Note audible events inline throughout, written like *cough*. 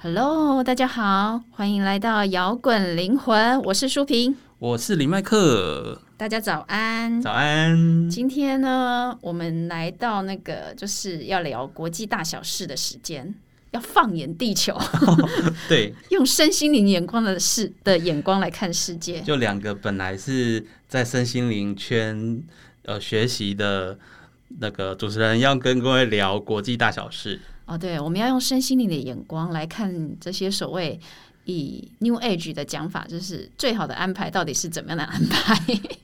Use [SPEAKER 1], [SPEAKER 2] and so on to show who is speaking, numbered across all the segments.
[SPEAKER 1] Hello，大家好，欢迎来到摇滚灵魂，我是舒萍，
[SPEAKER 2] 我是李麦克，
[SPEAKER 1] 大家早安。
[SPEAKER 2] 早安。
[SPEAKER 1] 今天呢，我们来到那个就是要聊国际大小事的时间，要放眼地球， *laughs*
[SPEAKER 2] 对，
[SPEAKER 1] 用身心灵眼光的视的眼光来看世界。
[SPEAKER 2] 就两个本来是在身心灵圈呃学习的那个主持人，要跟各位聊国际大小事。 *laughs*
[SPEAKER 1] 哦，对，我们要用身心灵的眼光来看这些所谓以 New Age 的讲法，就是最好的安排到底是怎么样的安排？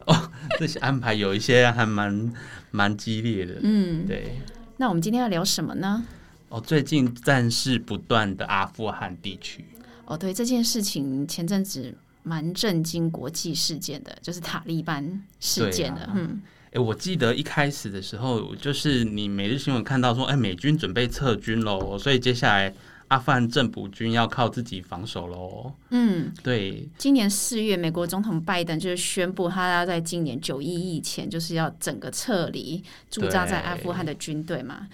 [SPEAKER 1] *laughs*
[SPEAKER 2] 这些安排有一些还蛮蛮激烈的，
[SPEAKER 1] 嗯，
[SPEAKER 2] 对。
[SPEAKER 1] 那我们今天要聊什么呢？
[SPEAKER 2] 哦，最近战事不断的阿富汗地区，
[SPEAKER 1] 哦，对，这件事情前阵子蛮震惊国际事件的，就是塔利班事件的，
[SPEAKER 2] 对啊
[SPEAKER 1] 嗯，
[SPEAKER 2] 哎，我记得一开始的时候，就是你每日新闻看到说，哎，美军准备撤军喽，所以接下来阿富汗政府军要靠自己防守喽。
[SPEAKER 1] 嗯，
[SPEAKER 2] 对，
[SPEAKER 1] 今年四月，美国总统拜登就是宣布，他要在今年九一以前，就是要整个撤离驻扎在阿富汗的军队嘛。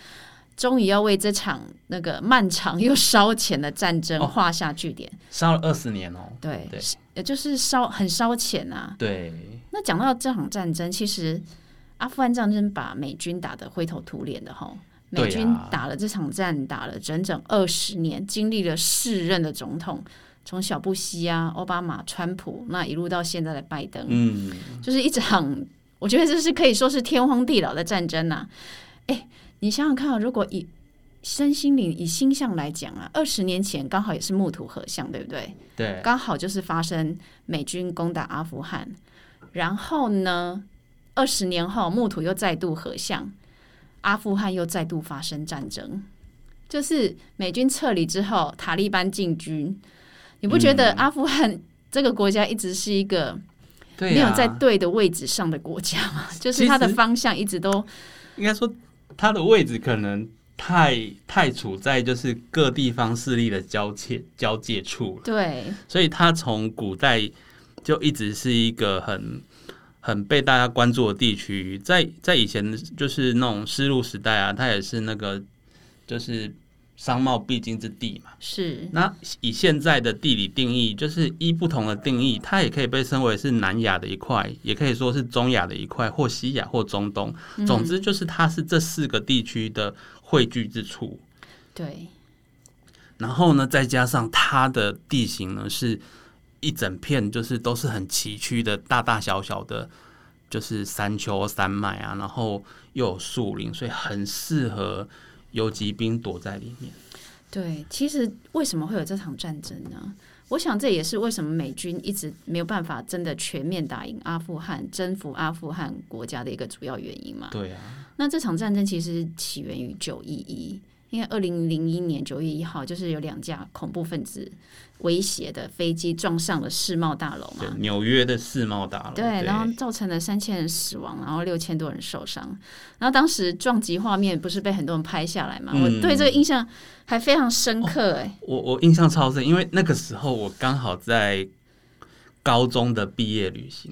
[SPEAKER 1] 终于要为这场那个漫长又烧钱的战争
[SPEAKER 2] 哦
[SPEAKER 1] 画下句点，
[SPEAKER 2] 烧了二十年哦。
[SPEAKER 1] 对，
[SPEAKER 2] 对
[SPEAKER 1] 是也就是烧很烧钱啊。
[SPEAKER 2] 对，
[SPEAKER 1] 那讲到这场战争，其实阿富汗战争把美军打得灰头土脸的吼，
[SPEAKER 2] 对啊
[SPEAKER 1] 美军打了这场战，打了整整二十年，经历了四任的总统，从小布希啊、奥巴马、川普，那一路到现在的拜登，
[SPEAKER 2] 嗯，
[SPEAKER 1] *laughs* 就是一场，我觉得这是可以说是天荒地老的战争呐、哎，你想想看啊，如果以身心灵以星象来讲啊，二十年前刚好也是木土合相，对不对？
[SPEAKER 2] 对，
[SPEAKER 1] 刚好就是发生美军攻打阿富汗，然后呢，二十年后木土又再度合相，阿富汗又再度发生战争，就是美军撤离之后，塔利班进军，你不觉
[SPEAKER 2] 嗯
[SPEAKER 1] 得阿富汗这个国家一直是一个
[SPEAKER 2] 对、啊，
[SPEAKER 1] 没有在对的位置上的国家吗？ *laughs* 就是它的
[SPEAKER 2] 其实
[SPEAKER 1] 方向一直都
[SPEAKER 2] 应该说他的位置可能太太处在就是各地方势力的交界交界处了，
[SPEAKER 1] 对，
[SPEAKER 2] 所以他从古代就一直是一个很。很被大家关注的地区，在在以前就是那种丝路时代啊，它也是那个就是商贸必经之地嘛。
[SPEAKER 1] 是
[SPEAKER 2] 那以现在的地理定义，就是依不同的定义，它也可以被称为是南亚的一块，也可以说是中亚的一块，或西亚或中东。
[SPEAKER 1] 嗯
[SPEAKER 2] 总之，就是它是这四个地区的汇聚之处。
[SPEAKER 1] 对，
[SPEAKER 2] 然后呢，再加上它的地形呢，是一整片就是都是很崎岖的，大大小小的，就是山丘、山脉啊，然后又有树林，所以很适合游击兵躲在里面。
[SPEAKER 1] 对，其实为什么会有这场战争呢？我想这也是为什么美军一直没有办法真的全面打赢阿富汗、征服阿富汗国家的一个主要原因嘛。
[SPEAKER 2] 对啊，
[SPEAKER 1] 那这场战争其实起源于九一一，因为二零零一年九月一号，就是有两架恐怖分子威胁的飞机撞上了世贸大楼嘛
[SPEAKER 2] 对，。纽约的世贸大楼，
[SPEAKER 1] 对，然后造成了三千人死亡，然后六千多人受伤。然后当时撞击画面不是被很多人拍下来嘛？我
[SPEAKER 2] 嗯哦
[SPEAKER 1] 对这个印象还非常深刻、哎、
[SPEAKER 2] 我我印象超深，因为那个时候我刚好在高中的毕业旅行，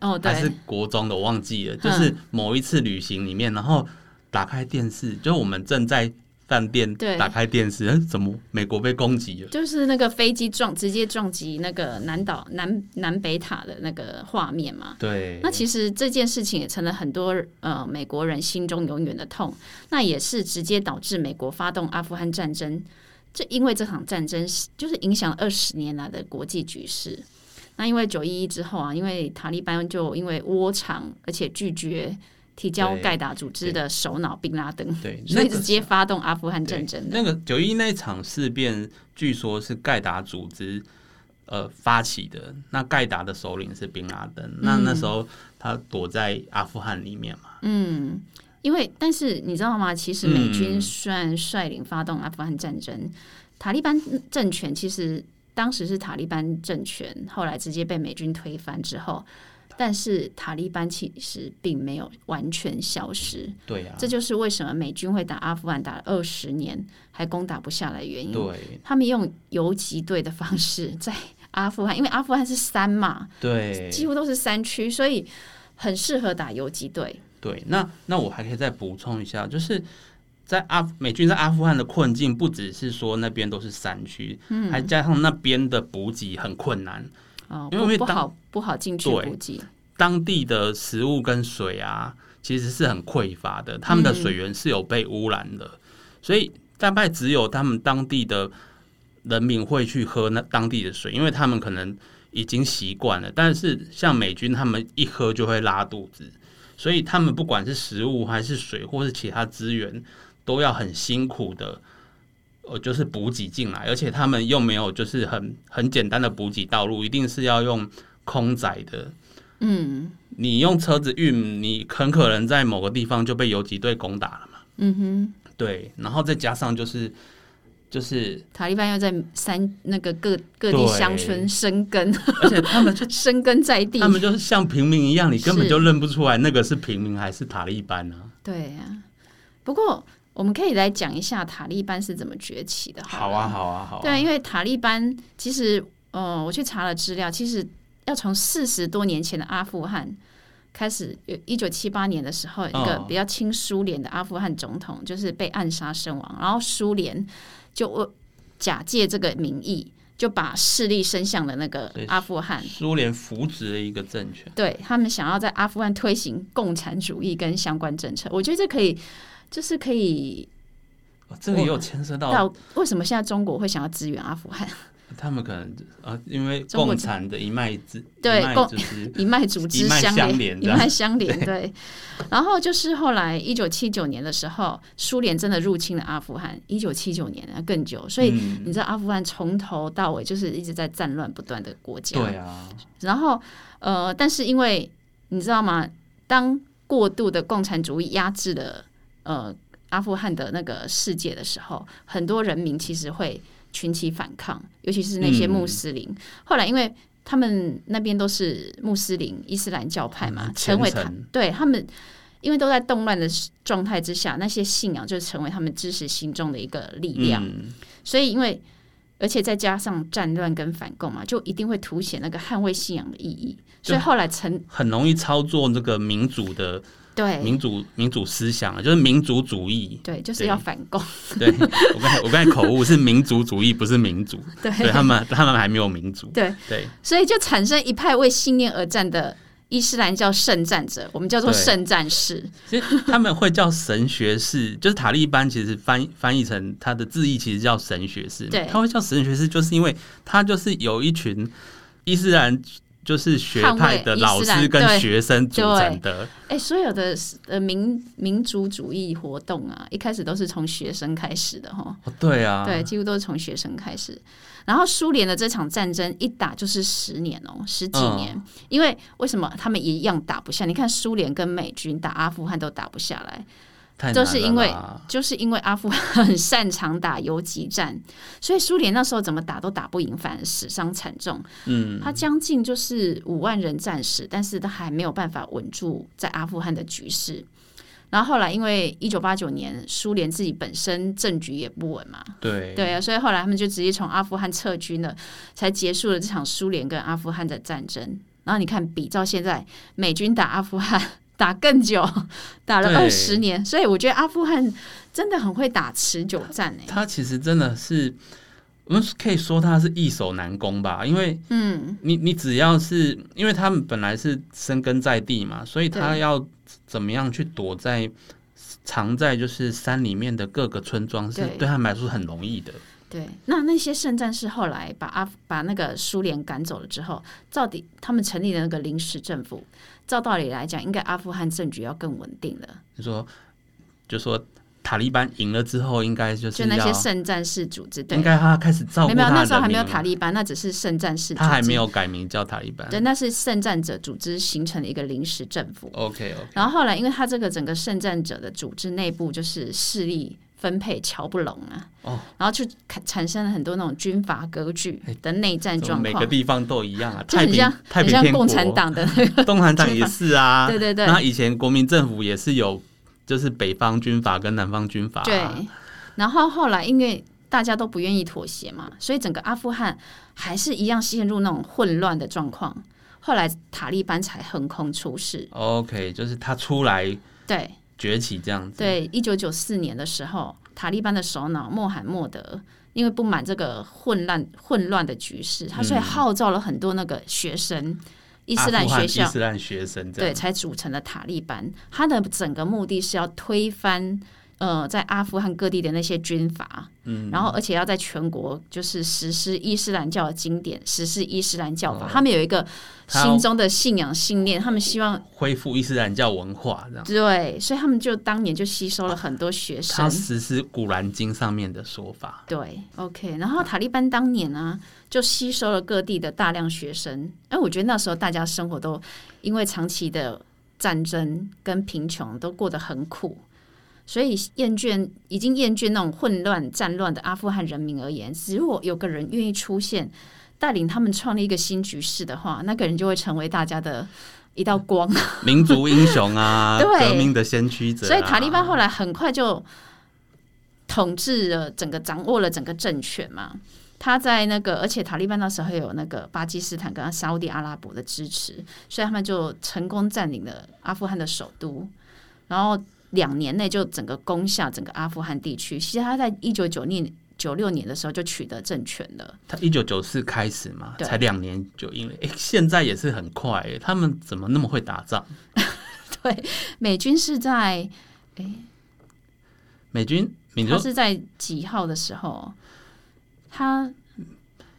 [SPEAKER 1] 哦，对，嗯
[SPEAKER 2] 还是国中的，我忘记了。就是某一次旅行里面，然后打开电视，就是我们正在饭店
[SPEAKER 1] 对
[SPEAKER 2] 打开电视，哎，怎么美国被攻击了？
[SPEAKER 1] 就是那个飞机撞直接撞击那个南岛南南北塔的那个画面嘛。
[SPEAKER 2] 对
[SPEAKER 1] 啊那其实这件事情也成了很多呃美国人心中永远的痛，那也是直接导致美国发动阿富汗战争。这因为这场战争是就是影响二十年来的国际局势。那因为九一一之后啊，因为塔利班就因为窝藏而且拒绝提交
[SPEAKER 2] 对
[SPEAKER 1] 盖达组织的首脑宾拉登，
[SPEAKER 2] 对，
[SPEAKER 1] 所以
[SPEAKER 2] 那个
[SPEAKER 1] 直接发动阿富汗战
[SPEAKER 2] 对
[SPEAKER 1] 争的。
[SPEAKER 2] 那个九一那一场事变，据说是盖达组织呃发起的。那盖达的首领是bin 拉登，那那时候他躲在阿富汗里面嘛。
[SPEAKER 1] 嗯，因为但是你知道吗？其实美军
[SPEAKER 2] 嗯
[SPEAKER 1] 虽然率领发动阿富汗战争，塔利班政权其实当时是塔利班政权，后来直接被美军推翻之后，但是塔利班其实并没有完全消失，
[SPEAKER 2] 对啊，
[SPEAKER 1] 这就是为什么美军会打阿富汗打了二十年还攻打不下来的原因。
[SPEAKER 2] 对。
[SPEAKER 1] 他们用游击队的方式 *laughs* 在阿富汗，因为阿富汗是山嘛，
[SPEAKER 2] 对
[SPEAKER 1] 几乎都是山区，所以很适合打游击队。
[SPEAKER 2] 对，那那我还可以再补充一下，就是在阿美军在阿富汗的困境，不只是说那边都是山区，还加上那边的补给很困难，
[SPEAKER 1] 哦，
[SPEAKER 2] 因为
[SPEAKER 1] 不不
[SPEAKER 2] 当
[SPEAKER 1] 好不好进去
[SPEAKER 2] 对
[SPEAKER 1] 补给，
[SPEAKER 2] 当地的食物跟水啊，其实是很匮乏的，他们的水源是有被污染的，所以大概只有他们当地的人民会去喝那当地的水，因为他们可能已经习惯了。但是像美军他们一喝就会拉肚子，所以他们不管是食物还是水或是其他资源，都要很辛苦的。呃，就是补给进来，而且他们又没有就是很很简单的补给道路，一定是要用空载的，
[SPEAKER 1] 嗯
[SPEAKER 2] 你用车子运，你很可能在某个地方就被游击队攻打了嘛。
[SPEAKER 1] 嗯哼，
[SPEAKER 2] 对，然后再加上就是就是，
[SPEAKER 1] 塔利班要在山那个各各地
[SPEAKER 2] 对
[SPEAKER 1] 乡村生根，
[SPEAKER 2] 而且
[SPEAKER 1] *laughs*
[SPEAKER 2] 他们
[SPEAKER 1] 生根在地
[SPEAKER 2] 他，们就是像平民一样，你根本
[SPEAKER 1] 是
[SPEAKER 2] 就认不出来那个是平民还是塔利班啊。
[SPEAKER 1] 对啊。不过我们可以来讲一下塔利班是怎么崛起的，
[SPEAKER 2] 好
[SPEAKER 1] 了
[SPEAKER 2] 啊，好啊，好啊。
[SPEAKER 1] 对，因为塔利班其实，呃，我去查了资料，其实要从四十多年前的阿富汗开始，一九七八年的时候，一个
[SPEAKER 2] 哦
[SPEAKER 1] 比较亲苏联的阿富汗总统就是被暗杀身亡，然后苏联就为假借这个名义，就把势力伸向了那个
[SPEAKER 2] 对
[SPEAKER 1] 阿富汗。
[SPEAKER 2] 苏联扶植了一个政权，
[SPEAKER 1] 对他们想要在阿富汗推行共产主义跟相关政策，我觉得这可以，就是可以
[SPEAKER 2] 哦、这个也有牵涉到
[SPEAKER 1] 到为什么现在中国会想要支援阿富汗，
[SPEAKER 2] 他们可能啊，因为
[SPEAKER 1] 中国
[SPEAKER 2] 共产的一脉之
[SPEAKER 1] 对
[SPEAKER 2] 一脉
[SPEAKER 1] 共
[SPEAKER 2] 就是
[SPEAKER 1] 一脉组织
[SPEAKER 2] 一脉相
[SPEAKER 1] 连，
[SPEAKER 2] 连
[SPEAKER 1] 一
[SPEAKER 2] 这样
[SPEAKER 1] 脉相连。对，然后就是后来一九七九年的时候，苏联真的入侵了阿富汗，一九七九年啊更久，所以
[SPEAKER 2] 嗯、
[SPEAKER 1] 你知道阿富汗从头到尾就是一直在战乱不断的国 *laughs* 家。
[SPEAKER 2] 对啊，
[SPEAKER 1] 然后呃，但是因为你知道吗？当过度的共产主义压制了呃阿富汗的那个世界的时候，很多人民其实会群起反抗，尤其是那些穆
[SPEAKER 2] 嗯
[SPEAKER 1] 斯林。后来因为他们那边都是穆斯林伊斯兰教派嘛，
[SPEAKER 2] 很
[SPEAKER 1] 成为他
[SPEAKER 2] 虔诚
[SPEAKER 1] 对他们。因为都在动乱的状态之下，那些信仰就成为他们支持行动的一个力量。
[SPEAKER 2] 嗯，
[SPEAKER 1] 所以因为而且再加上战乱跟反共嘛，就一定会凸显那个捍卫信仰的意义。所以后来成
[SPEAKER 2] 很容易操作这个民主的
[SPEAKER 1] 对
[SPEAKER 2] 民主民主思想啊，就是民族主义。
[SPEAKER 1] 对，就是要反
[SPEAKER 2] *laughs*
[SPEAKER 1] 共，
[SPEAKER 2] 对我刚才我刚才口误是民族主义，不是民主。
[SPEAKER 1] *laughs* 对
[SPEAKER 2] 对他们，他们还没有民主。
[SPEAKER 1] 对， *laughs*
[SPEAKER 2] 对，
[SPEAKER 1] 所以就产生一派为信念而战的伊斯兰教圣战者，我们叫做
[SPEAKER 2] 对
[SPEAKER 1] 圣战士。
[SPEAKER 2] 其实他们会叫神学士，就是塔利班，其实翻翻译成他的字义其实叫神学士。
[SPEAKER 1] 对
[SPEAKER 2] 他会叫神学士，就是因为他就是有一群伊斯兰就是学派的
[SPEAKER 1] 捍卫伊斯兰
[SPEAKER 2] 老师跟
[SPEAKER 1] 对
[SPEAKER 2] 学生组成的。
[SPEAKER 1] 哎，所有的呃民民族主义活动啊，一开始都是从学生开始的哈。
[SPEAKER 2] 哦对啊，
[SPEAKER 1] 对，几乎都是从学生开始。然后苏联的这场战争一打就是十年哦，十几
[SPEAKER 2] 嗯
[SPEAKER 1] 年。因为为什么他们一样打不下？你看苏联跟美军打阿富汗都打不下来，
[SPEAKER 2] 太难
[SPEAKER 1] 就是因为
[SPEAKER 2] 了啦
[SPEAKER 1] 就是因为阿富汗 *laughs* 很擅长打游击战，所以苏联那时候怎么打都打不赢，反而死伤惨重。
[SPEAKER 2] 嗯，
[SPEAKER 1] 他将近就是五万人战死，但是他还没有办法稳住在阿富汗的局势。然后后来，因为一九八九年苏联自己本身政局也不稳嘛，
[SPEAKER 2] 对
[SPEAKER 1] 对啊，所以后来他们就直接从阿富汗撤军了，才结束了这场苏联跟阿富汗的战争。然后你看，比照现在美军打阿富汗 *laughs* 打更久，打了
[SPEAKER 2] 对
[SPEAKER 1] 二十年，所以我觉得阿富汗真的很会打持久战诶、
[SPEAKER 2] 他其实真的是，我们可以说他是易守难攻吧，因为
[SPEAKER 1] 嗯，
[SPEAKER 2] 你你只要是因为他们本来是生根在地嘛，所以他
[SPEAKER 1] 对
[SPEAKER 2] 要怎么样去躲在藏在就是山里面的各个村庄，是
[SPEAKER 1] 对
[SPEAKER 2] 对他们来说很容易的。
[SPEAKER 1] 对。那那些圣战士后来把阿把那个苏联赶走了之后，照理他们成立了那个临时政府，照道理来讲，应该阿富汗政局要更稳定了。
[SPEAKER 2] 你说，就说塔利班赢了之后，应该就是
[SPEAKER 1] 就那些
[SPEAKER 2] 要
[SPEAKER 1] 圣战士组织，对，
[SPEAKER 2] 应该他开始照
[SPEAKER 1] 没
[SPEAKER 2] 顾
[SPEAKER 1] 有没有
[SPEAKER 2] 他
[SPEAKER 1] 那时候
[SPEAKER 2] 的
[SPEAKER 1] 还
[SPEAKER 2] 人
[SPEAKER 1] 没有
[SPEAKER 2] 民
[SPEAKER 1] 塔
[SPEAKER 2] 嘛，
[SPEAKER 1] 利班，那只是圣战士组织，
[SPEAKER 2] 他还没有改名叫塔利班。
[SPEAKER 1] 对，那是圣战者组织形成的一个临时政府。
[SPEAKER 2] OK OK，
[SPEAKER 1] 然后后来，因为他这个整个圣战者的组织内部就是势力分配瞧不拢啊，
[SPEAKER 2] 哦哎
[SPEAKER 1] 然后就产产生了很多那种军阀割据的内战
[SPEAKER 2] 怎么
[SPEAKER 1] 状
[SPEAKER 2] 每个
[SPEAKER 1] 况，
[SPEAKER 2] 地方都一样啊，
[SPEAKER 1] 就
[SPEAKER 2] 太
[SPEAKER 1] 很
[SPEAKER 2] 平
[SPEAKER 1] 像
[SPEAKER 2] 太
[SPEAKER 1] 很
[SPEAKER 2] 平
[SPEAKER 1] 像
[SPEAKER 2] 天国
[SPEAKER 1] 共产党的， *laughs*
[SPEAKER 2] 东韩党也是啊，
[SPEAKER 1] 对对对
[SPEAKER 2] 那以前国民政府也是有，就是北方军阀跟南方军阀、啊，
[SPEAKER 1] 对，。然后后来因为大家都不愿意妥协嘛，所以整个阿富汗还是一样陷入那种混乱的状况。后来塔利班才横空出世，
[SPEAKER 2] OK，就是他出来
[SPEAKER 1] 对
[SPEAKER 2] 崛起这样子。
[SPEAKER 1] 对，一九九四年的时候，塔利班的首脑穆罕默德因为不满这个混乱混乱的局势，他
[SPEAKER 2] 嗯
[SPEAKER 1] 所以号召了很多那个学生，伊斯兰
[SPEAKER 2] 阿富
[SPEAKER 1] 学
[SPEAKER 2] 汗
[SPEAKER 1] 校
[SPEAKER 2] 啊伊斯兰学生这
[SPEAKER 1] 对
[SPEAKER 2] 样。
[SPEAKER 1] 才组成了塔利班。他的整个目的是要推翻呃在阿富汗各地的那些军阀，嗯，然后而且要在全国就是实施伊斯兰教的经典，实施伊斯兰教法。他们有一个
[SPEAKER 2] 哦他要
[SPEAKER 1] 心中的信仰信念，他们希望
[SPEAKER 2] 恢复伊斯兰教文化这样。
[SPEAKER 1] 对，所以他们就当年就吸收了很多学生
[SPEAKER 2] 他。实施《古兰经》上面的说法， *laughs*
[SPEAKER 1] 对，OK。然后塔利班当年呢、就吸收了各地的大量学生。哎，我觉得那时候大家生活都因为长期的战争跟贫穷都过得很苦，所以厌倦已经厌倦那种混乱战乱的阿富汗人民而言，如果有个人愿意出现，带领他们创立一个新局势的话，那个人就会成为大家的一道光。
[SPEAKER 2] 民族英雄啊，
[SPEAKER 1] *laughs* 对
[SPEAKER 2] 革命的先驱者啊、
[SPEAKER 1] 所以塔利班后来很快就统治了整个，掌握了整个政权嘛。他在那个，而且塔利班那时候有那个巴基斯坦跟沙烏地阿拉伯的支持，所以他们就成功占领了阿富汗的首都，然后两年内就整个攻下整个阿富汗地区。其实他在一九九六九六年的时候就取得政权了。
[SPEAKER 2] 他一九九四开始嘛，
[SPEAKER 1] 对
[SPEAKER 2] 才两年就因为，哎、现在也是很快、诶他们怎么那么会打仗？
[SPEAKER 1] 美军是在
[SPEAKER 2] 美军，美
[SPEAKER 1] 他
[SPEAKER 2] 军
[SPEAKER 1] 是在几号的时候？他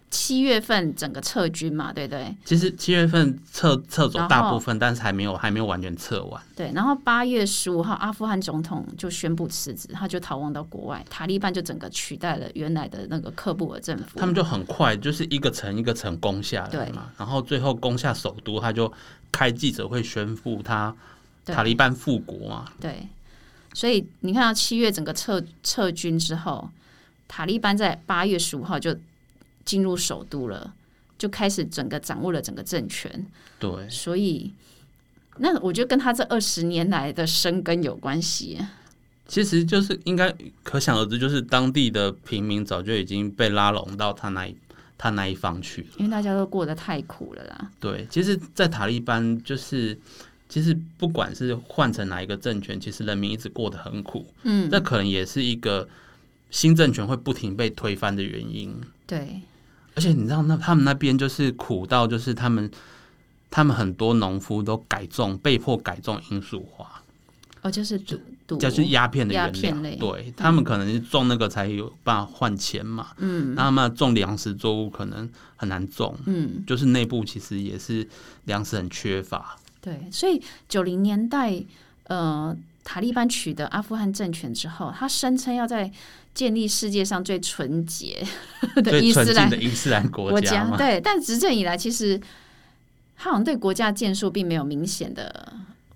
[SPEAKER 1] 七月份整个撤军嘛，对不对？
[SPEAKER 2] 其实七月份撤撤走
[SPEAKER 1] 然后
[SPEAKER 2] 大部分，但是还没有还没有完全撤完。
[SPEAKER 1] 对，然后八月十五号，阿富汗总统就宣布辞职，他就逃亡到国外，塔利班就整个取代了原来的那个喀布尔政府。
[SPEAKER 2] 他们就很快就是一个城一个城攻下来嘛，然后最后攻下首都，他就开记者会宣布他
[SPEAKER 1] 对
[SPEAKER 2] 塔利班复国嘛，
[SPEAKER 1] 对，所以你看到七月整个撤撤军之后，塔利班在八月十五号就进入首都了，就开始整个掌握了整个政权。
[SPEAKER 2] 对，
[SPEAKER 1] 所以，那我觉得跟他这二十年来的生根有关系。
[SPEAKER 2] 其实就是应该可想而知，就是当地的平民早就已经被拉拢到他那一他那一方去了。
[SPEAKER 1] 因为大家都过得太苦了啦。
[SPEAKER 2] 对，其实，在塔利班就是。其实不管是换成哪一个政权，其实人民一直过得很苦。嗯，这可能也是一个新政权会不停被推翻的原因。
[SPEAKER 1] 对，
[SPEAKER 2] 而且你知道那，他们那边就是苦到，就是他们他们很多农夫都改种，被迫改种罂粟花，
[SPEAKER 1] 哦，就是赌赌
[SPEAKER 2] 就是鸦片的
[SPEAKER 1] 鸦
[SPEAKER 2] 原料。
[SPEAKER 1] 片类
[SPEAKER 2] 对他们可能是种那个才有办法换钱嘛。嗯，那他们种粮食作物可能很难种。嗯，就是内部其实也是粮食很缺乏。
[SPEAKER 1] 对，所以九零年代，呃，塔利班取得阿富汗政权之后，他声称要在建立世界上最纯洁的
[SPEAKER 2] 最
[SPEAKER 1] 伊
[SPEAKER 2] 纯
[SPEAKER 1] 斯
[SPEAKER 2] 净
[SPEAKER 1] 兰
[SPEAKER 2] 的伊斯兰国家嘛，
[SPEAKER 1] 对，但执政以来，其实他好像对国家建树并没有明显的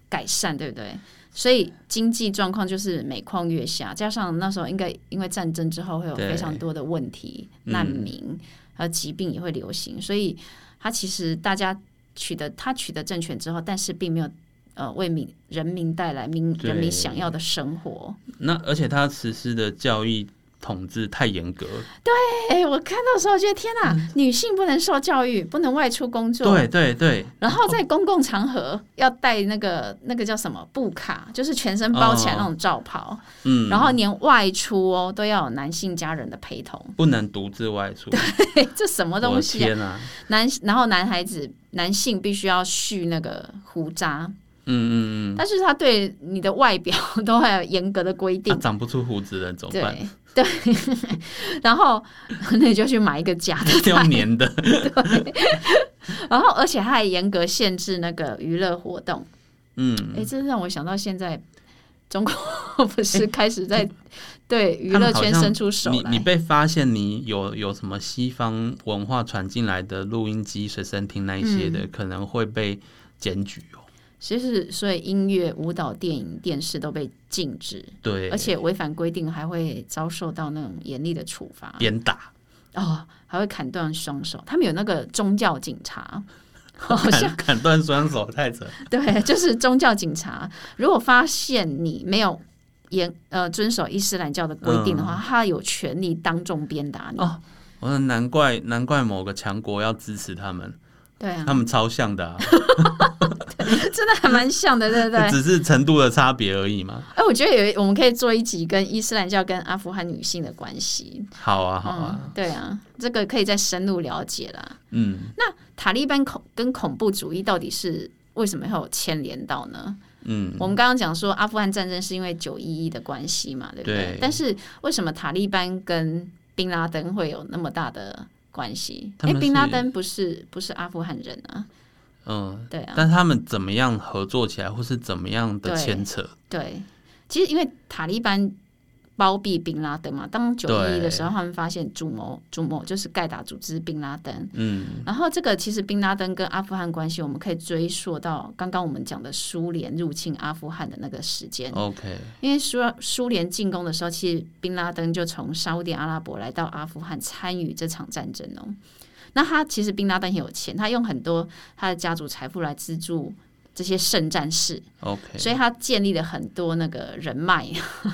[SPEAKER 1] 改善，对不对？所以经济状况就是每况愈下，加上那时候应该因为战争之后会有
[SPEAKER 2] 对
[SPEAKER 1] 非常多的问题，
[SPEAKER 2] 嗯
[SPEAKER 1] 难民还有疾病也会流行，所以他其实大家取得他取得政权之后，但是并没有呃为民人民带来民
[SPEAKER 2] 对
[SPEAKER 1] 人民想要的生活。
[SPEAKER 2] 那而且他实施的教育统治太严格，
[SPEAKER 1] 哎、我看到的时候觉得天哪，
[SPEAKER 2] 嗯
[SPEAKER 1] 女性不能受教育，不能外出工作，
[SPEAKER 2] 对对对，
[SPEAKER 1] 然后在公共场合要带那个那个叫什么布卡，就是全身包起来那种罩袍，
[SPEAKER 2] 嗯，
[SPEAKER 1] 然后连外出哦都要有男性家人的陪同， *laughs*
[SPEAKER 2] 不能独自外出，
[SPEAKER 1] 嘿，这嗯什么
[SPEAKER 2] 我
[SPEAKER 1] 东
[SPEAKER 2] 的
[SPEAKER 1] 西、啊？
[SPEAKER 2] 天啊，
[SPEAKER 1] 男然后男孩子男性必须要蓄那个胡渣，
[SPEAKER 2] 嗯嗯嗯，
[SPEAKER 1] 但是他对你的外表都还有严格的规
[SPEAKER 2] 他
[SPEAKER 1] 定，
[SPEAKER 2] 啊长不出胡子了 *laughs* 怎么办？ *laughs*
[SPEAKER 1] 对对， *laughs* 然后那你就去买一个假的
[SPEAKER 2] 要粘的，
[SPEAKER 1] *laughs* 然后而且他还严格限制那个娱乐活动。
[SPEAKER 2] 嗯，
[SPEAKER 1] 哎、这让我想到现在中国不是开始
[SPEAKER 2] *laughs*
[SPEAKER 1] 在对娱
[SPEAKER 2] 他们
[SPEAKER 1] 乐
[SPEAKER 2] 好
[SPEAKER 1] 圈
[SPEAKER 2] 像
[SPEAKER 1] 伸出手
[SPEAKER 2] 你你
[SPEAKER 1] 来？
[SPEAKER 2] 被发现你有有什么西方文化传进来的录音机、随身听那一些
[SPEAKER 1] 嗯
[SPEAKER 2] 的，可能会被检举哦。
[SPEAKER 1] 其实，所以音乐、舞蹈、电影、电视都被禁止，
[SPEAKER 2] 对，
[SPEAKER 1] 而且违反规定还会遭受到那种严厉的处罚
[SPEAKER 2] 鞭打，
[SPEAKER 1] 哦，还会砍断双手。他们有那个宗教警察， *laughs* 好像
[SPEAKER 2] *laughs* 砍砍断双手太扯。
[SPEAKER 1] *laughs* 对，就是宗教警察，如果发现你没有严呃遵守伊斯兰教的规定的话，他有权利当众鞭打你。
[SPEAKER 2] 哦我说难怪难怪某个强国要支持他们， *laughs*
[SPEAKER 1] 对啊，
[SPEAKER 2] 他们超像的、啊，
[SPEAKER 1] 真的还蛮像的，对不对？
[SPEAKER 2] 只是程度的差别而已嘛。
[SPEAKER 1] 哎，我觉得有我们可以做一集跟伊斯兰教跟阿富汗女性的关系。
[SPEAKER 2] 好啊，好啊，
[SPEAKER 1] 嗯，对啊，这个可以再深入了解啦。
[SPEAKER 2] 嗯
[SPEAKER 1] 那塔利班恐跟恐怖主义到底是为什么会有牵连到呢？
[SPEAKER 2] 嗯
[SPEAKER 1] 我们刚刚讲说阿富汗战争是因为九一一的关系嘛，对不对？
[SPEAKER 2] 对
[SPEAKER 1] 但是为什么塔利班跟宾拉登会有那么大的关系？
[SPEAKER 2] 他
[SPEAKER 1] 因为
[SPEAKER 2] 们
[SPEAKER 1] 宾拉
[SPEAKER 2] 是
[SPEAKER 1] 登不是不是阿富汗人啊，
[SPEAKER 2] 嗯，
[SPEAKER 1] 对啊，
[SPEAKER 2] 但他们怎么样合作起来，或是怎么样的
[SPEAKER 1] 对
[SPEAKER 2] 牵扯？
[SPEAKER 1] 对，其实因为塔利班包庇宾拉登嘛，当九一一的时候，他们发现主谋主谋就是盖达组织宾拉登。
[SPEAKER 2] 嗯，
[SPEAKER 1] 然后这个其实宾拉登跟阿富汗关系，我们可以追溯到刚刚我们讲的苏联入侵阿富汗的那个时间，
[SPEAKER 2] OK，
[SPEAKER 1] 因为苏苏联进攻的时候，其实宾拉登就从沙烏地阿拉伯来到阿富汗参与这场战争哦。那他其实宾拉登很有钱，他用很多他的家族财富来资助这些圣战士，
[SPEAKER 2] OK，
[SPEAKER 1] 所以他建立了很多那个人脉， *laughs*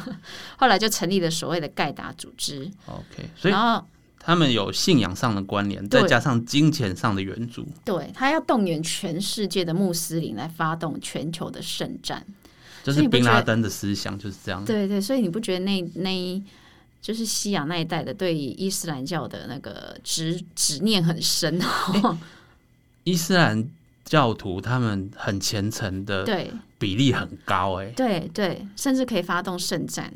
[SPEAKER 1] 后来就成立了所谓的盖达组织。
[SPEAKER 2] OK，所以
[SPEAKER 1] 然后，
[SPEAKER 2] 他们有信仰上的关联，
[SPEAKER 1] 对
[SPEAKER 2] 再加上金钱上的援助。
[SPEAKER 1] 对他要动员全世界的穆斯林来发动全球的圣战。
[SPEAKER 2] 就
[SPEAKER 1] 所以
[SPEAKER 2] 是
[SPEAKER 1] 你不
[SPEAKER 2] 宾
[SPEAKER 1] 觉得
[SPEAKER 2] 拉登的思想就是这样，
[SPEAKER 1] 对对，所以你不觉得那那一就是西亚那一带的对伊斯兰教的那个执执念很深哦？
[SPEAKER 2] 伊斯兰教徒他们很虔诚的
[SPEAKER 1] *laughs* 对
[SPEAKER 2] 比例很高、哎，
[SPEAKER 1] 对对，甚至可以发动圣战。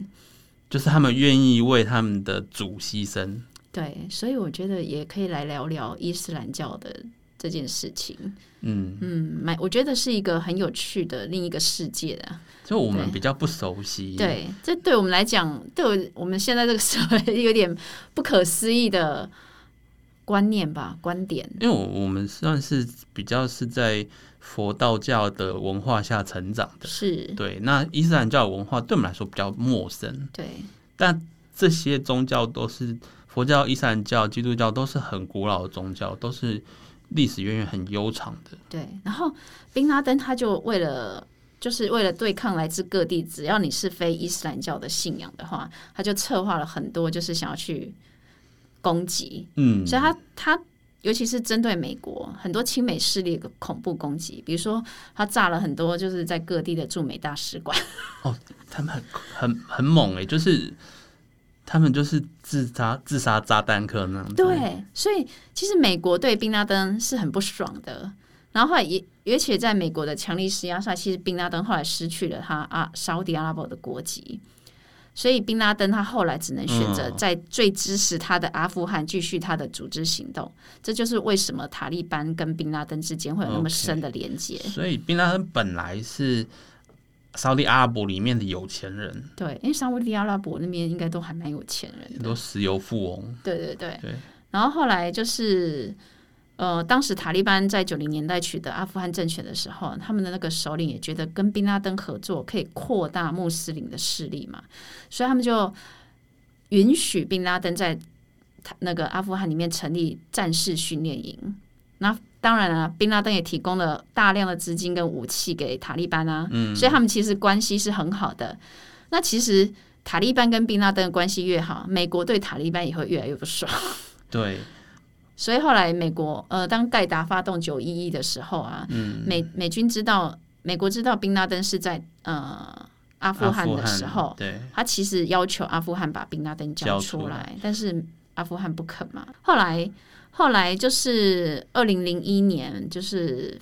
[SPEAKER 2] 就是他们愿意为他们的主牺牲。
[SPEAKER 1] 对，所以我觉得也可以来聊聊伊斯兰教的这件事情。
[SPEAKER 2] 嗯，
[SPEAKER 1] 嗯，蛮我觉得是一个很有趣的另一个世界啊。
[SPEAKER 2] 就我们
[SPEAKER 1] 对
[SPEAKER 2] 比较不熟悉。，
[SPEAKER 1] 对，这对我们来讲，对我我们现在这个社会 *laughs* 有点不可思议的观念吧，观点。
[SPEAKER 2] 因为我我们算是比较是在佛道教的文化下成长的。
[SPEAKER 1] 是，
[SPEAKER 2] 对，那伊斯兰教文化对我们来说比较陌生，
[SPEAKER 1] 对，
[SPEAKER 2] 但这些宗教都是佛教、伊斯兰教、基督教都是很古老的宗教，都是历史渊源很悠长的。
[SPEAKER 1] 对。然后，宾拉登他就为了。就是为了对抗来自各地，只要你是非伊斯兰教的信仰的话，他就策划了很多，就是想要去攻击。
[SPEAKER 2] 嗯，
[SPEAKER 1] 所以他他尤其是针对美国很多亲美势力的恐怖攻击，比如说他炸了很多就是在各地的驻美大使馆。
[SPEAKER 2] 他们很很很猛诶、就是他们就是自杀自杀炸弹客那样
[SPEAKER 1] *laughs*
[SPEAKER 2] 子。
[SPEAKER 1] 对，所以其实美国对宾拉登是很不爽的。然后后来也，而且在美国的强力施压下，其实宾拉登后来失去了他阿沙地阿拉伯的国籍，所以宾拉登他后来只能选择
[SPEAKER 2] 嗯
[SPEAKER 1] 在最支持他的阿富汗继续他的组织行动。这就是为什么塔利班跟宾拉登之间会有那么
[SPEAKER 2] OK
[SPEAKER 1] 深的连接。
[SPEAKER 2] 所以宾拉登本来是沙利阿拉伯里面的有钱人，
[SPEAKER 1] 对，因为沙地阿拉伯那边应该都还蛮有钱人
[SPEAKER 2] 很多石油富翁。
[SPEAKER 1] 对对对。
[SPEAKER 2] 对
[SPEAKER 1] 然后后来就是，呃，当时塔利班在九零年代取得阿富汗政权的时候，他们的那个首领也觉得跟宾拉登合作可以扩大穆斯林的势力嘛，所以他们就允许宾拉登在塔那个阿富汗里面成立战士训练营。那当然啊，宾拉登也提供了大量的资金跟武器给塔利班啊，所以他们其实关系是很好的。那其实塔利班跟宾拉登的关系越好，美国对塔利班也会越来越不爽。
[SPEAKER 2] 对，
[SPEAKER 1] 所以后来美国呃，当盖达发动九一一的时候啊，美美军知道美国知道宾拉登是在呃阿富汗的时候，
[SPEAKER 2] 对，
[SPEAKER 1] 他其实要求阿富汗把宾拉登交
[SPEAKER 2] 交
[SPEAKER 1] 出来，
[SPEAKER 2] 出
[SPEAKER 1] 但是阿富汗不肯嘛。后来后来就是二零零一年，就是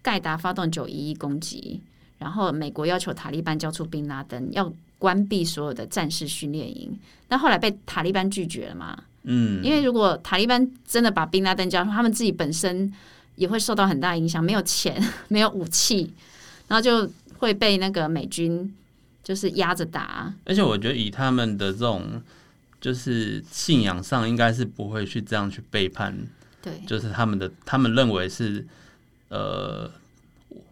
[SPEAKER 1] 盖达发动九一一攻击，然后美国要求塔利班交出宾拉登，要关闭所有的战士训练营，但后来被塔利班拒绝了嘛。
[SPEAKER 2] 嗯，
[SPEAKER 1] 因为如果塔利班真的把宾拉登交出，他们自己本身也会受到很大影响，没有钱， *laughs* 没有武器，然后就会被那个美军就是压着打。
[SPEAKER 2] 而且我觉得以他们的这种就是信仰上，应该是不会去这样去背叛，
[SPEAKER 1] 对
[SPEAKER 2] 就是他们的他们认为是呃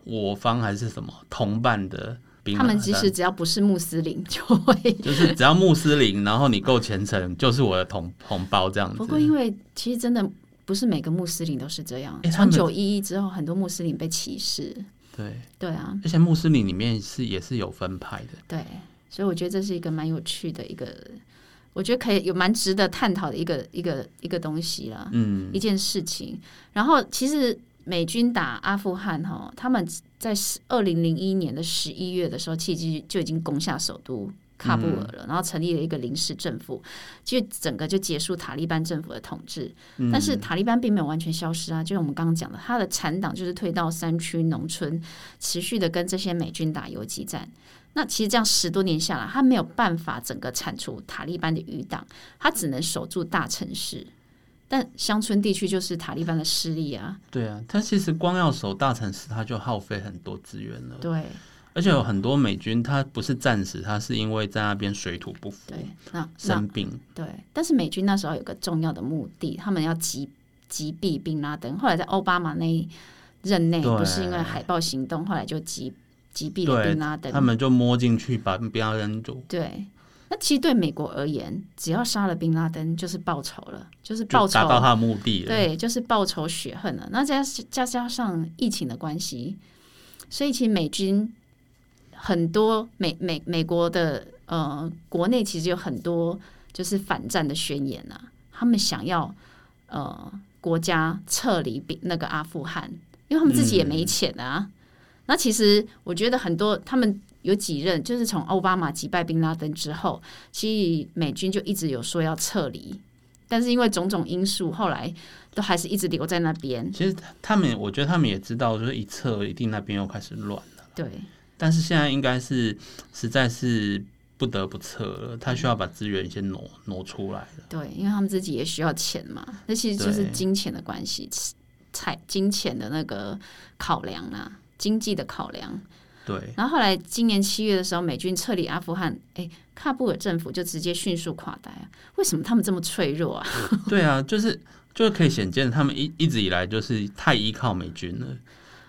[SPEAKER 2] 我方还是什么同伴的兵马
[SPEAKER 1] 他
[SPEAKER 2] 旦。
[SPEAKER 1] 们其实只要不是穆斯林就会。
[SPEAKER 2] 就是只要穆斯林，然后你够虔诚，就是我的同同胞这样
[SPEAKER 1] *laughs* 不过
[SPEAKER 2] 子。
[SPEAKER 1] 因为其实真的不是每个穆斯林都是这样，
[SPEAKER 2] 诶他
[SPEAKER 1] 从
[SPEAKER 2] 们
[SPEAKER 1] 九一一之后，很多穆斯林被歧视。
[SPEAKER 2] 对，
[SPEAKER 1] 对啊，
[SPEAKER 2] 而且穆斯林里面是也是有分派的。
[SPEAKER 1] 对，所以我觉得这是一个蛮有趣的一个，我觉得可以有蛮值得探讨的一个一个一个东西啦。
[SPEAKER 2] 嗯，
[SPEAKER 1] 一件事情。然后其实美军打阿富汗哈，他们在二零零一年的十一月的时候，其实就已经攻下首都喀布尔了，然后成立了一个临时政府，就整个就结束塔利班政府的统治。但是塔利班并没有完全消失啊，就是我们刚刚讲的，他的残党就是退到山区农村，持续的跟这些美军打游击战。那其实这样十多年下来，他没有办法整个铲除塔利班的余党，他只能守住大城市。但乡村地区就是塔利班的势力啊，
[SPEAKER 2] 对啊，他其实光要守大城市，他就耗费很多资源了。
[SPEAKER 1] 对
[SPEAKER 2] 而且有很多美军，他不是战死，他是因为在那边水土不服
[SPEAKER 1] 对，那那
[SPEAKER 2] 生病。
[SPEAKER 1] 对，但是美军那时候有个重要的目的，他们要击击毙宾拉登。后来在奥巴马那一任内，
[SPEAKER 2] 对
[SPEAKER 1] 不是因为海豹行动，后来就击击毙了
[SPEAKER 2] 对
[SPEAKER 1] 宾拉
[SPEAKER 2] 他
[SPEAKER 1] 登。
[SPEAKER 2] 们就摸进去把不要人就
[SPEAKER 1] 对，那其实对美国而言，只要杀了宾拉登就是报仇了，就是报
[SPEAKER 2] 就
[SPEAKER 1] 仇
[SPEAKER 2] 达到他的目的了。
[SPEAKER 1] 对，就是报仇雪恨了。那加加加上疫情的关系，所以其实美军很多美美美国的呃国内其实有很多就是反战的宣言啊，他们想要呃国家撤离比那个阿富汗，因为他们自己也没钱啊。那其实我觉得很多他们有几任，就是从奥巴马击败宾拉登之后，其实美军就一直有说要撤离，但是因为种种因素，后来都还是一直留在那边。
[SPEAKER 2] 其实他们，我觉得他们也知道，就是一撤一定那边又开始乱了。
[SPEAKER 1] 对
[SPEAKER 2] 但是现在应该是实在是不得不撤了，他需要把资源先挪挪出来了。
[SPEAKER 1] 对，因为他们自己也需要钱嘛，那其实就是
[SPEAKER 2] 对
[SPEAKER 1] 金钱的关系，财金钱的那个考量啊，经济的考量。 *laughs*
[SPEAKER 2] 对，
[SPEAKER 1] 然后后来今年七月的时候，美军撤离阿富汗，哎，喀布尔政府就直接迅速垮台啊。为什么他们这么脆弱啊？
[SPEAKER 2] 对啊，就是就是可以显见，他们一一直以来就是太依靠美军了。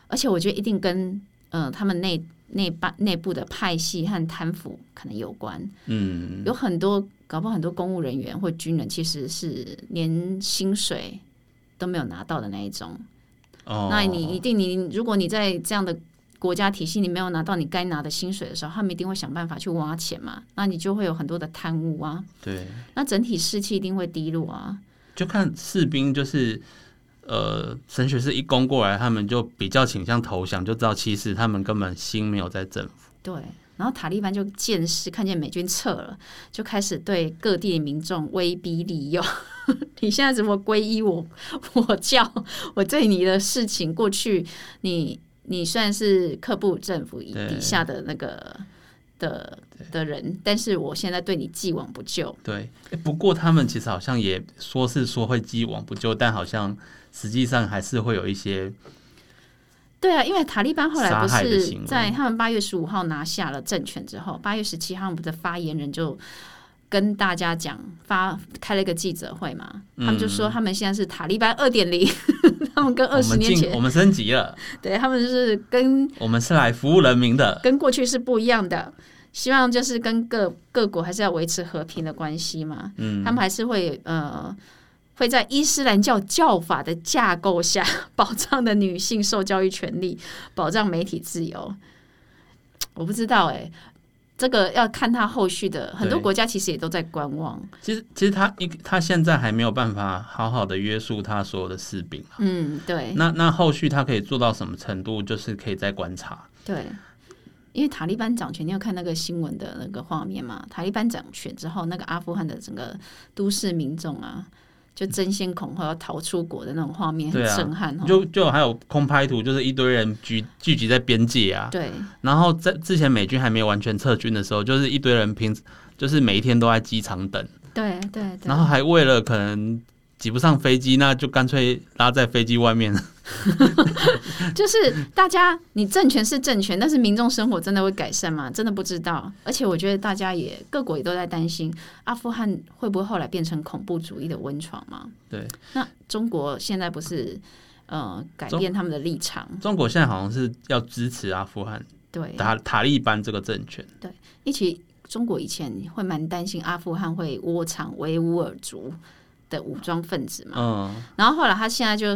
[SPEAKER 1] 而且我觉得一定跟呃他们内内部内部的派系和贪腐可能有关。
[SPEAKER 2] 嗯，
[SPEAKER 1] 有很多搞不好很多公务人员或军人其实是连薪水都没有拿到的那一种。
[SPEAKER 2] 哦，
[SPEAKER 1] 那你一定你如果你在这样的国家体系，你没有拿到你该拿的薪水的时候，他们一定会想办法去挖钱嘛。那你就会有很多的贪污啊，
[SPEAKER 2] 对，
[SPEAKER 1] 那整体士气一定会低落啊。
[SPEAKER 2] 就看士兵就是。呃，神学士一攻过来，他们就比较倾向投降，就知道其实他们根本心没有在政府。
[SPEAKER 1] 对，然后塔利班就见识看见美军撤了，就开始对各地的民众威逼利诱。 *laughs* 你现在如果皈依我，我教我对你的事情，过去你你虽然是克布政府以
[SPEAKER 2] 对
[SPEAKER 1] 底下的那个的的人，但是我现在对你既往不咎。
[SPEAKER 2] 对，诶不过他们其实好像也说是说会既往不咎，但好像实际上还是会有一些
[SPEAKER 1] 对啊，因为塔利班后来不
[SPEAKER 2] 杀害的
[SPEAKER 1] 是
[SPEAKER 2] 行为
[SPEAKER 1] 在他们八月十五号拿下了政权之后，八月十七号我们的发言人就跟大家讲，发开了一个记者会嘛，
[SPEAKER 2] 嗯
[SPEAKER 1] 他们就说他们现在是塔利班二点零， *laughs* 他们跟
[SPEAKER 2] 我
[SPEAKER 1] 二十
[SPEAKER 2] 们
[SPEAKER 1] 年
[SPEAKER 2] 进
[SPEAKER 1] 前
[SPEAKER 2] 我们升级了，
[SPEAKER 1] 对他们就是跟
[SPEAKER 2] 我们是来服务人民的。
[SPEAKER 1] 跟过去是不一样的。希望就是跟各各国还是要维持和平的关系嘛，嗯，他们还是会呃会在伊斯兰教教法的架构下保障的女性受教育权利，保障媒体自由。我不知道哎、这个要看他后续的，很多
[SPEAKER 2] 对
[SPEAKER 1] 国家其实也都在观望，
[SPEAKER 2] 其实其实他一他现在还没有办法好好的约束他所有的士兵。
[SPEAKER 1] 嗯，对
[SPEAKER 2] 那那后续他可以做到什么程度，就是可以再观察。
[SPEAKER 1] 对。因为塔利班掌权，你有看那个新闻的那个画面嘛？塔利班掌权之后，那个阿富汗的整个都市民众啊，就争先恐后要逃出国的那种画面，很
[SPEAKER 2] 对啊
[SPEAKER 1] 震撼哦。
[SPEAKER 2] 就就还有空拍图，就是一堆人聚聚集在边界啊。
[SPEAKER 1] 对
[SPEAKER 2] 然后在之前美军还没有完全撤军的时候，就是一堆人平就是每一天都在机场等，
[SPEAKER 1] 对对对
[SPEAKER 2] 然后还为了可能挤不上飞机，那就干脆拉在飞机外
[SPEAKER 1] *laughs*
[SPEAKER 2] 面。
[SPEAKER 1] 就是大家，你政权是政权，但是民众生活真的会改善吗？真的不知道。而且我觉得大家也各国也都在担心，阿富汗会不会后来变成恐怖主义的温床嘛？
[SPEAKER 2] 对，
[SPEAKER 1] 那中国现在不是呃改
[SPEAKER 2] 中
[SPEAKER 1] 变他们的立场？
[SPEAKER 2] 中国现在好像是要支持阿富汗
[SPEAKER 1] 对，
[SPEAKER 2] 塔塔利班这个政权。
[SPEAKER 1] 一起中国以前会蛮担心阿富汗会窝藏维吾尔族的武装分子嘛。
[SPEAKER 2] 嗯，
[SPEAKER 1] 然后后来他现在就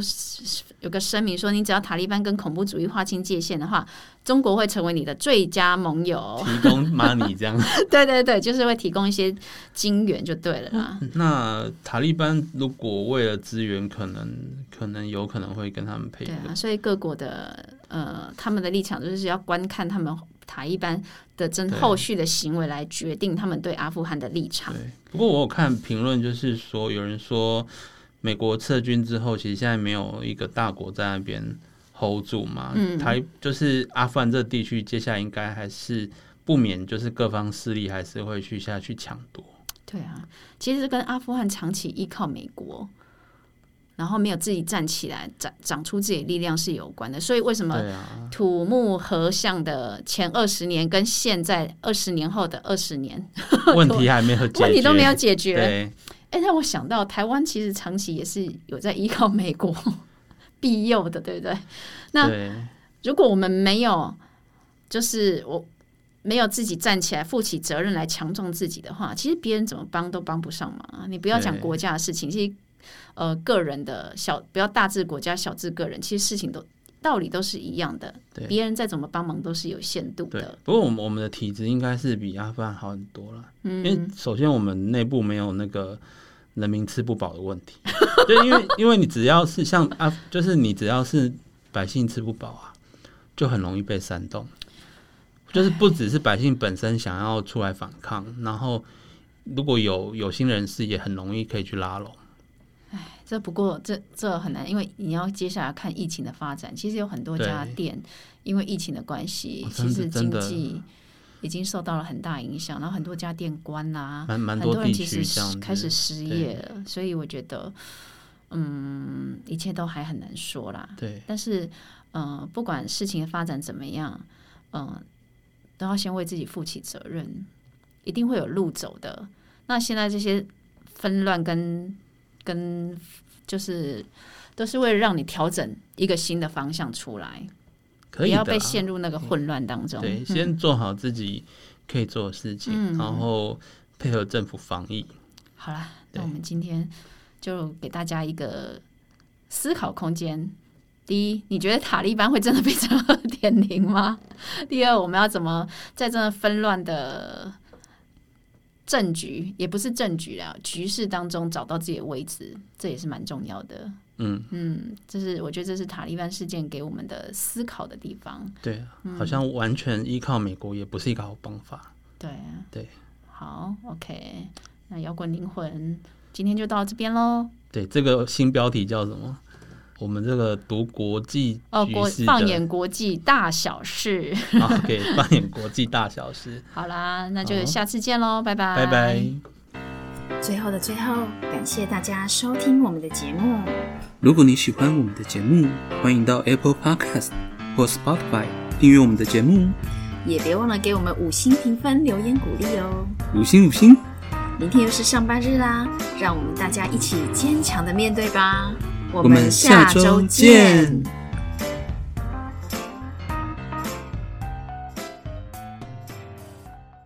[SPEAKER 1] 有个声明说，你只要塔利班跟恐怖主义划清界限的话，中国会成为你的最佳盟
[SPEAKER 2] *laughs*
[SPEAKER 1] 友。
[SPEAKER 2] 嗯提供 money 这
[SPEAKER 1] *laughs*
[SPEAKER 2] 样。
[SPEAKER 1] 对对对，就是会提供一些金援就对了
[SPEAKER 2] 哦
[SPEAKER 1] 啦。
[SPEAKER 2] 那塔利班如果为了资源，可能可能有可能会跟他们配
[SPEAKER 1] 对
[SPEAKER 2] 合。
[SPEAKER 1] 啊，所以各国的呃，他们的立场就是要观看他们塔利班的真
[SPEAKER 2] 对
[SPEAKER 1] 后续的行为来决定他们对阿富汗的立场。
[SPEAKER 2] 对，不过我有看评论，就是说有人说美国撤军之后，其实现在没有一个大国在那边 hold 住嘛。
[SPEAKER 1] 嗯
[SPEAKER 2] 台就是阿富汗这地区，接下来应该还是不免就是各方势力还是会去下去抢夺。
[SPEAKER 1] 对啊，其实跟阿富汗长期依靠美国，然后没有自己站起来，长长出自己的力量是有关的。所以为什么
[SPEAKER 2] 对啊，
[SPEAKER 1] 土木合相的前二十年跟现在二十年后的二十年，
[SPEAKER 2] 问题还没有解决，
[SPEAKER 1] *laughs* 问题都没有解决。
[SPEAKER 2] 对，
[SPEAKER 1] 哎，让我想到台湾其实长期也是有在依靠美国 *laughs* 庇佑的，对不对？那
[SPEAKER 2] 对
[SPEAKER 1] 如果我们没有，就是我。没有自己站起来负起责任来强壮自己的话，其实别人怎么帮都帮不上忙啊！你不要讲
[SPEAKER 2] 对
[SPEAKER 1] 国家的事情，其实呃个人的小不要大治国家，小治个人，其实事情都道理都是一样的
[SPEAKER 2] 对，
[SPEAKER 1] 别人再怎么帮忙都是有限度
[SPEAKER 2] 对
[SPEAKER 1] 的。。
[SPEAKER 2] 不过我们我们的体质应该是比阿富汗好很多了。因为
[SPEAKER 1] 嗯，
[SPEAKER 2] 首先我们内部没有那个人民吃不饱的问题， *laughs* 就因为因为你只要是像啊，就是你只要是百姓吃不饱啊，就很容易被煽动。就是不只是百姓本身想要出来反抗，然后如果有有心人士也很容易可以去拉拢。
[SPEAKER 1] 这不过这这很难，因为你要接下来看疫情的发展，其实有很多家
[SPEAKER 2] 对
[SPEAKER 1] 店因为疫情的关系
[SPEAKER 2] 哦，
[SPEAKER 1] 其实
[SPEAKER 2] 真
[SPEAKER 1] 经
[SPEAKER 2] 的真的
[SPEAKER 1] 济已经受到了很大影响，然后很多家店关啦、
[SPEAKER 2] 蛮蛮
[SPEAKER 1] 啊很
[SPEAKER 2] 多
[SPEAKER 1] 人
[SPEAKER 2] 地
[SPEAKER 1] 其
[SPEAKER 2] 区
[SPEAKER 1] 实
[SPEAKER 2] 这样
[SPEAKER 1] 是
[SPEAKER 2] 子
[SPEAKER 1] 开始失业了，所以我觉得，嗯，一切都还很难说啦。
[SPEAKER 2] 对
[SPEAKER 1] 但是，呃，不管事情的发展怎么样，嗯、都要先为自己负起责任，一定会有路走的。那现在这些纷乱跟跟就是都是为了让你调整一个新的方向出来，
[SPEAKER 2] 可
[SPEAKER 1] 不
[SPEAKER 2] 以的
[SPEAKER 1] 要
[SPEAKER 2] 啊、
[SPEAKER 1] 被陷入那个混乱当中。
[SPEAKER 2] 对，先做好自己可以做的事情，
[SPEAKER 1] 嗯
[SPEAKER 2] 然后配合政府防疫。
[SPEAKER 1] 好啦，
[SPEAKER 2] 对
[SPEAKER 1] 那我们今天就给大家一个思考空间。第一，你觉得塔利班会真的变成二点零吗？ *laughs* 第二，我们要怎么在这纷乱的政局，也不是政局啦，局势当中找到自己的位置，这也是蛮重要的。
[SPEAKER 2] 嗯
[SPEAKER 1] 嗯，这是我觉得这是塔利班事件给我们的思考的地方。
[SPEAKER 2] 对啊，
[SPEAKER 1] 嗯
[SPEAKER 2] 好像完全依靠美国也不是一个好方法。
[SPEAKER 1] 对
[SPEAKER 2] 对，
[SPEAKER 1] 好，OK，那摇滚灵魂今天就到这边喽。
[SPEAKER 2] 对，这个新标题叫什么？我们这个读国际
[SPEAKER 1] 哦，
[SPEAKER 2] 局
[SPEAKER 1] 国
[SPEAKER 2] 势
[SPEAKER 1] 放
[SPEAKER 2] 的
[SPEAKER 1] 眼国际大小事。
[SPEAKER 2] *laughs*
[SPEAKER 1] *laughs*
[SPEAKER 2] 啊，可以放眼国际大小事。
[SPEAKER 1] 好啦，那就
[SPEAKER 2] 好
[SPEAKER 1] 下次见喽，拜 *laughs* 拜，
[SPEAKER 2] 拜拜。
[SPEAKER 3] 最后的最后，感谢大家收听我们的节目。
[SPEAKER 4] 如果你喜欢我们的节目，欢迎到 Apple Podcast 或 Spotify 订阅我们的节目，
[SPEAKER 3] 也别忘了给我们五星评分、留言鼓励哦。
[SPEAKER 4] 五星五星。
[SPEAKER 3] 明天又是上班日啦，让我们大家一起坚强的面对吧。我
[SPEAKER 4] 我们
[SPEAKER 3] 们下
[SPEAKER 4] 下周
[SPEAKER 3] 周见
[SPEAKER 4] 见。